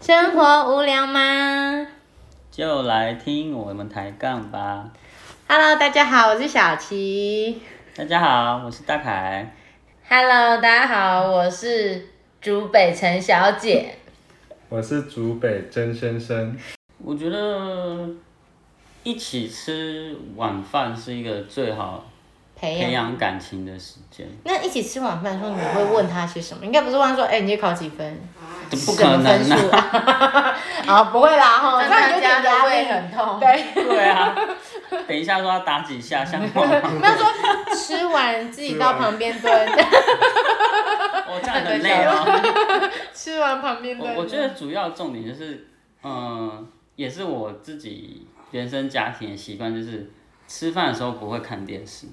生活无聊吗就来听我们抬杠吧。 ？Hello，大家好，我是小琪。大家好，我是大凯。 Hello，大家好，我是竹北陈小姐。我是竹北真 先生，我觉得一起吃晚饭是一个最好培培养。养感情的时间，那一起吃晚饭的时候，你会问他些什么？应该不是问他说，哎、你今天考几分？这不什可么分能 数啊！啊？啊，不会啦，哈，这样有点压力，很痛。 对。对啊，等一下说要打几下，像我， 他说吃完自己到旁边蹲，我这样很累哦。 吃完旁边蹲。我我觉得主要重点就是，嗯，也是我自己原生家庭的习惯，就是吃饭的时候不会看电视。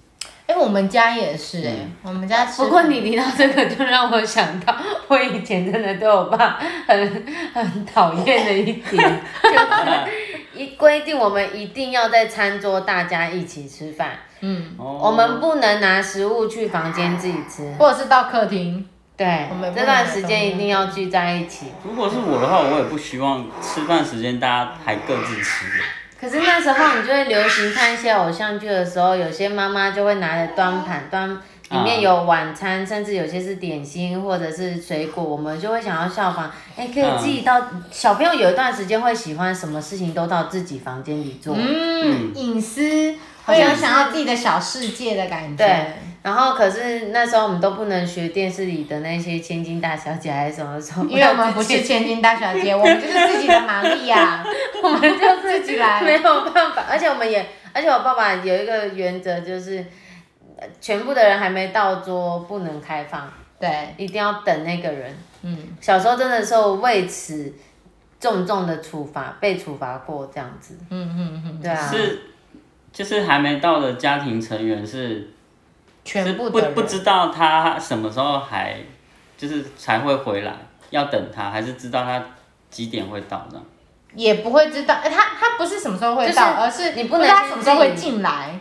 哎、我们家也是哎、我们家吃不过你提到这个，就让我想到我以前真的对我爸很很讨厌的一点，就是 一规定我们一定要在餐桌大家一起吃饭，我我们不能拿食物去房间自己吃。或者是到客厅，对我们，不能这段时间一定要聚在一起。如果是我的话，我也不希望吃饭时间大家还各自吃。可是那时候你就会流行看一些偶像剧的时候，有些妈妈就会拿着端盘端，里面有晚餐，甚至有些是点心或者是水果，我们就会想要效仿，哎、可以自己到、小朋友有一段时间会喜欢什么事情都到自己房间里做，嗯，隐私，好像想要自己的小世界的感觉。对。然后可是那时候我们都不能学电视里的那些千金大小姐还是什么什么，因为我们不是千金大小姐，我们就是自己的啊玛利 亚，我们就是自己来 没有办法，而且我们也，而且我爸爸有一个原则就是，呃全部的人还没到桌不能开放，对，一定要等那个人。嗯，小时候真的是我为此重重的处罚，被处罚过这样子。嗯嗯嗯，对啊，是，就是还没到的家庭成员是全部不的人不知道他什么时候还就是才会回来，要等他，还是知道他几点会到这样？也不会知道，哎、他他不是什么时候会到，而就是是你不不能知道他先什么时候会进进来，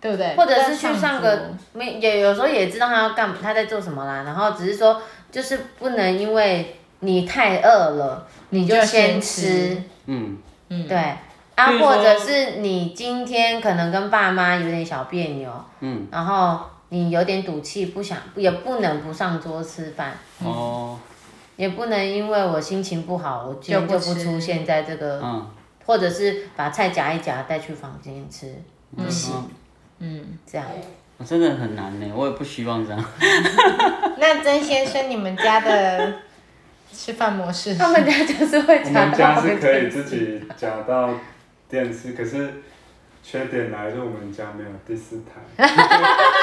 对不对？或者是去上桌个没也有时候也知道他要干他在做什么啦，然后只是说就是不能因为你太饿了你就就先先吃吃，嗯，对啊，比如说或者是你今天可能跟爸妈有点小别扭，嗯，然后你有点赌气，不想也不能不上桌吃饭，嗯哦，也不能因为我心情不好，我今天就就不不吃出现在这个，嗯，或者是把菜夹一夹带去房间吃，嗯，嗯，这样。我真的很难呢，我也不希望这样。那曾先生，你们家的 吃饭模式，他们家就是会我夹们到家房是间可以自己夹到电视，可是缺点来就我们家没有第四 台，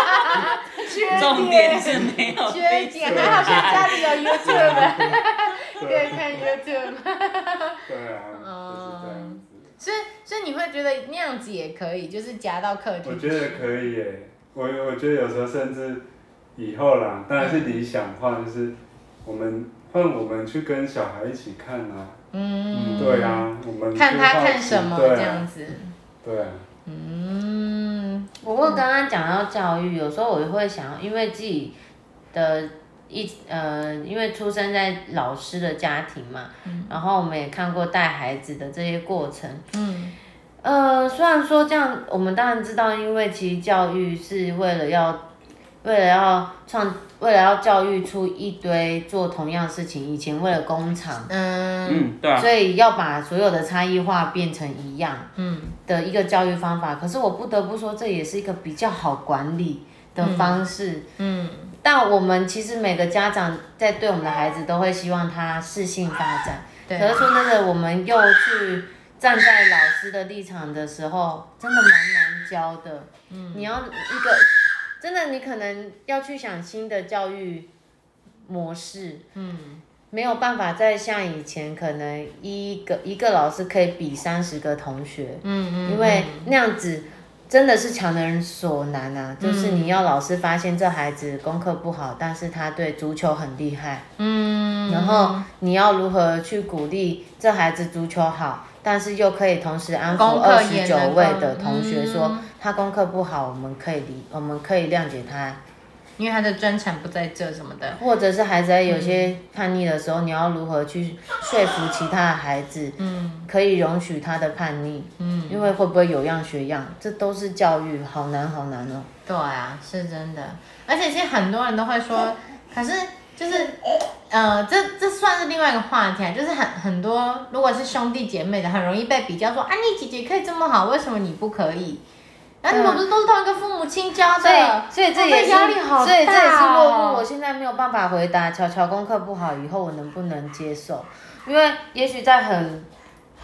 重点是 没有缺第四点，还好说家里有 YouTube，可以看 YouTube。对啊，就是这样子。所以，所以你会觉得那样子也可以，就是夹到客厅。我觉得可以耶，我我觉得有时候甚至以后啦，当然是理想化，就是我们换我们去跟小孩一起看啊，嗯，对啊，我们看他去好奇看什么对啊这样子。对啊，嗯，不过刚刚讲到教育，有时候我会想，因为自己的一呃，因为出生在老师的家庭嘛，然后我们也看过带孩子的这些过程。嗯，呃，虽然说这样，我们当然知道，因为其实教育是为了要，为了要创，为了要教育出一堆做同样事情。以前为了工厂，嗯，嗯，对啊，所以要把所有的差异化变成一样。嗯，的一个教育方法，可是我不得不说，这也是一个比较好管理的方式。嗯，但我们其实每个家长在对我们的孩子都会希望他适性发展，对可是说真的，我们又去站在老师的立场的时候，真的蛮难教的。嗯，你要一个真的，你可能要去想新的教育模式。嗯，没有办法再像以前，可能一个一个老师可以比三十个同学，嗯嗯，因为那样子真的是强人所难啊，就是嗯你要老师发现这孩子功课不好，但是他对足球很厉害，嗯，然后你要如何去鼓励这孩子足球好，但是又可以同时安抚功二课也十九能够位的同学说、嗯他功课不好，我们可以理我们可以谅解他。因为他的专长不在这什么的。或者是孩子在有些叛逆的时候，你要如何去说服其他的孩子，嗯，可以容许他的叛逆，嗯，因为会不会有样学样，这都是教育，好难好难哦。对啊，是真的。而且其实很多人都会 说，可是就是，呃，这这算是另外一个话题啊，就是很很多如果是兄弟姐妹的，很容易被比较说啊，你姐姐可以这么好，为什么你不可以？啊，你们不是都是同一个父母亲教的，所以，所以这哦也那是，压力好大、哦，所以这也是落幕。我现在没有办法回答乔乔功课不好，以后我能不能接受？因为也许在很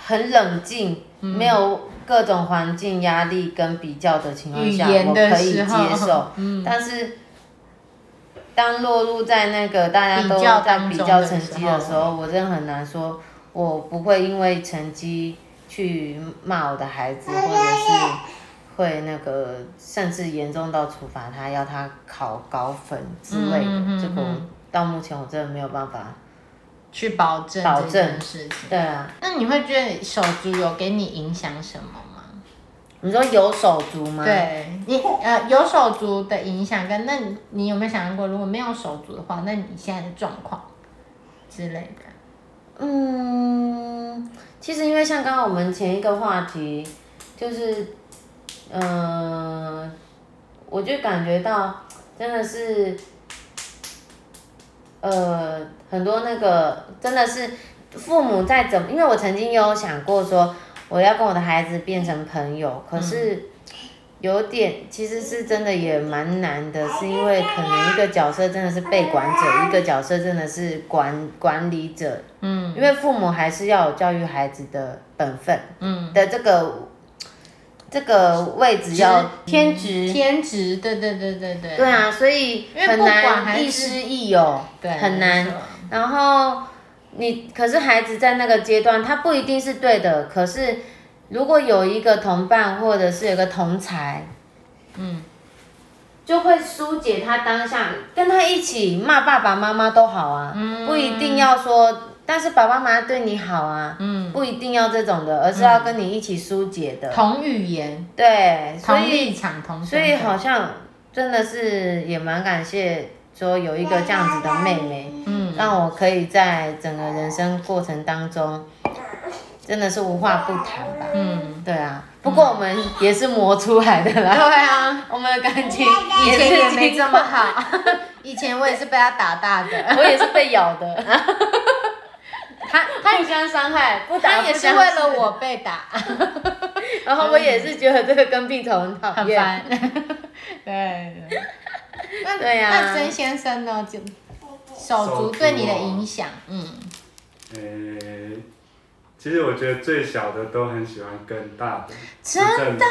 很冷静、没有各种环境压力跟比较的情况下，语言我的可以时候嗯接受。但是当落入在那个大家都比较在当比中较的成时绩的候时候，我真的很难说，我不会因为成绩去骂我的孩子，或者是。会那个，甚至严重到处罚他，要他考高分之类嗯的。嗯嗯这个我嗯到目前我真的没有办法。去保证保这证件事情。对啊，那你会觉得手足有给你影响什么吗？你说有手足吗？，对你呃，有手足的影响跟那你你有没有想过，如果没有手足的话，那你现在的状况之类的？嗯，其实因为像刚刚我们前一个话题，就是，呃，我就感觉到真的是，呃，很多那个真的是父母在怎么，因为我曾经有想过说我要跟我的孩子变成朋友，可是有点其实是真的也蛮难的，是因为可能一个角色真的是被管者，一个角色真的是管管理者，嗯，因为父母还是要有教育孩子的本分，嗯的这个。这个位置要天职，天职，对对对对对，对啊，所以因为很不管难还亦是师亦友，对，很没难。错然后你可是孩子在那个阶段，他不一定是对的，可是如果有一个同伴或者是有一个同才，嗯，就会疏解他当下，跟他一起骂爸爸妈妈都好啊，嗯不一定要说。但是爸爸妈妈对你好啊，嗯，不一定要这种的，而是要跟你一起疏解的，同语言、对，所同以立场、同身所以份好像真的是也蛮感谢，说有一个这样子的妹妹，嗯，让我可以在整个人生过程当中，真的是无话不谈吧，嗯，对啊。不过我们也是磨出来的啦，对啊， 我们的感情以以前嗯也没这么，好， 以前我也是被他打大的， 我也是被咬的， 他他互相伤害， 不打他不也是相为了识，我被打，然后我也是觉得这个跟屁虫很讨很 厌，烦。对。 那对啊那曾先生呢？就手足对你的啊影响，嗯，诶、其实我觉得最小的都很喜欢跟大的，真是正的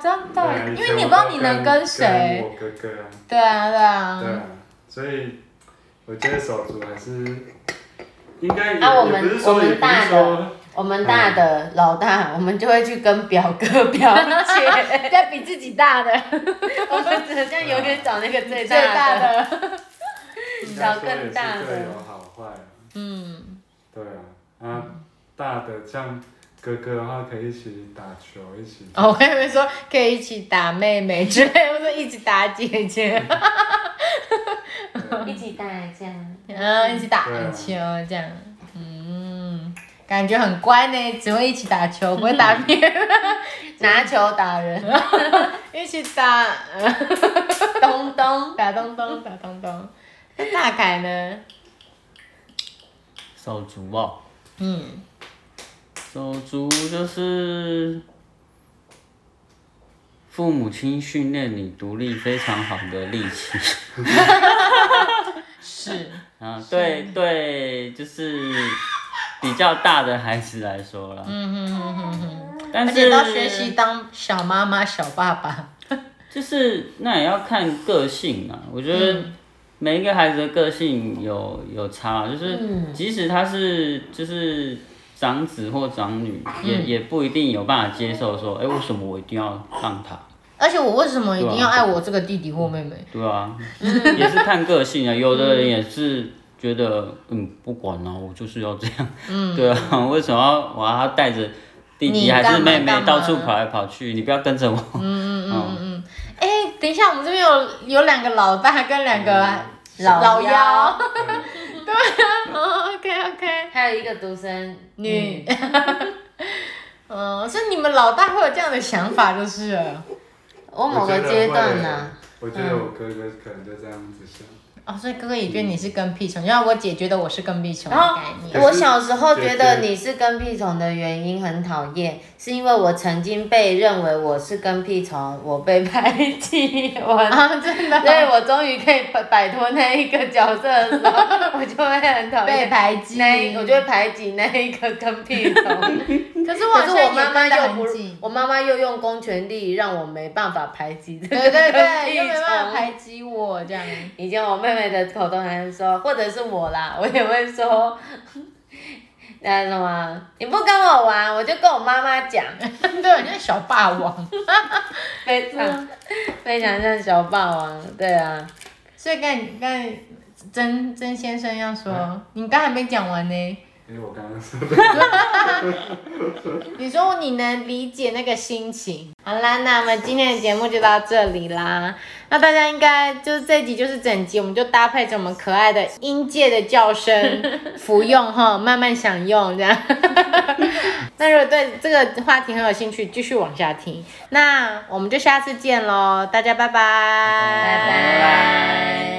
正真对的啊，以因前为你我不知道都你能跟谁。我哥哥啊，对啊，对嗯对啊啊，所以我觉得手足还是应该也、啊我也们不是说我也们不大是说的，我们大的老大，我们就会去跟表哥 表姐。不要比自己大的，我们 好像永远找那个 最最大的。大的。应该说也嗯更大是的各有好坏啊，嗯，对啊，啊大的像哥哥的话可以一起打球，一起哦，我还以为说可以一起打妹 妹之类，我说一起打姐姐，啊 一起打架。然嗯后一起打球这样，嗯，感觉很乖呢，只会一起打球，不会 打别人，拿球打人， 一起打，呃东东，打东东，打东东。那大凯呢？手足哦，嗯，手足就是父母亲训练你独立非常好的利器。 是，啊，对对，就是比较大的孩子来说啦。嗯哼哼哼哼，但而是且要学习当小妈妈、小爸爸，就是那也要看个性啊。我觉得嗯每一个孩子的个性有有差，就是嗯即使他是就是长子或长女，嗯也也不一定有办法接受说，哎、为什么我一定要让他？而且我为什么一定要对啊爱我这个弟弟或妹妹？对啊，嗯也是看个性 啊。有的人也是觉得，嗯，不管了、我就是要这样。嗯，对啊， 为什么要我要带着弟你弟还干是嘛妹妹干嘛到处跑来跑去？你不要跟着我。嗯嗯嗯哎、等一下，我们这边有有两个老大跟两个老嗯老妖幺， 嗯对啊、o k OK，还有一个独生女， 嗯，所以你们老大会有这样的想法，就是了我某个阶段呢、啊嗯我觉得我哥哥可能就这样子想。哦，所以哥哥也觉得你是跟屁虫，就像我姐觉得我是跟屁虫的然后概 念。我小时候觉得你是跟屁虫的原因很讨厌，是因为我曾经被认为我是跟屁虫，我被排挤，我。啊，真的所以，我终于可以摆摆脱那一个角色的时 候，我就会很讨被厌排挤那一，我就会排挤那一个跟屁 虫。可是我好可是像我也妈妈跟得又很不近，我妈妈又用公权力让我没办法排挤这对个对跟对，屁又没办法虫。排挤我这样。以前我妹妹的口头禅说，或者是我啦，我也会说，那什么，你不跟我玩，我就跟我妈妈讲， 对，你是小霸王。非嗯常非常像小霸王，对啊，所以刚才刚才曾曾先生要说，你刚还没讲完呢。因为我刚刚说的，你说你能理解那个心情。好啦，那我们今天的节目就到这里啦。那大家应该就是这集就是整集，我们就搭配着我们可爱的音界的叫声服用哈，慢慢享用这样。 那如果对这个话题很有兴趣，继续往下听。那我们就下次见喽，大家拜拜，拜拜拜。